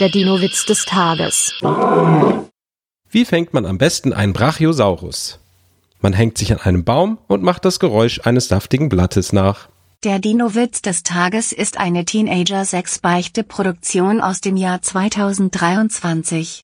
Der Dino-Witz des Tages. Wie fängt man am besten einen Brachiosaurus? Man hängt sich an einem Baum und macht das Geräusch eines saftigen Blattes nach. Der Dino-Witz des Tages ist eine Teenager-6-Beichte-Produktion aus dem Jahr 2023.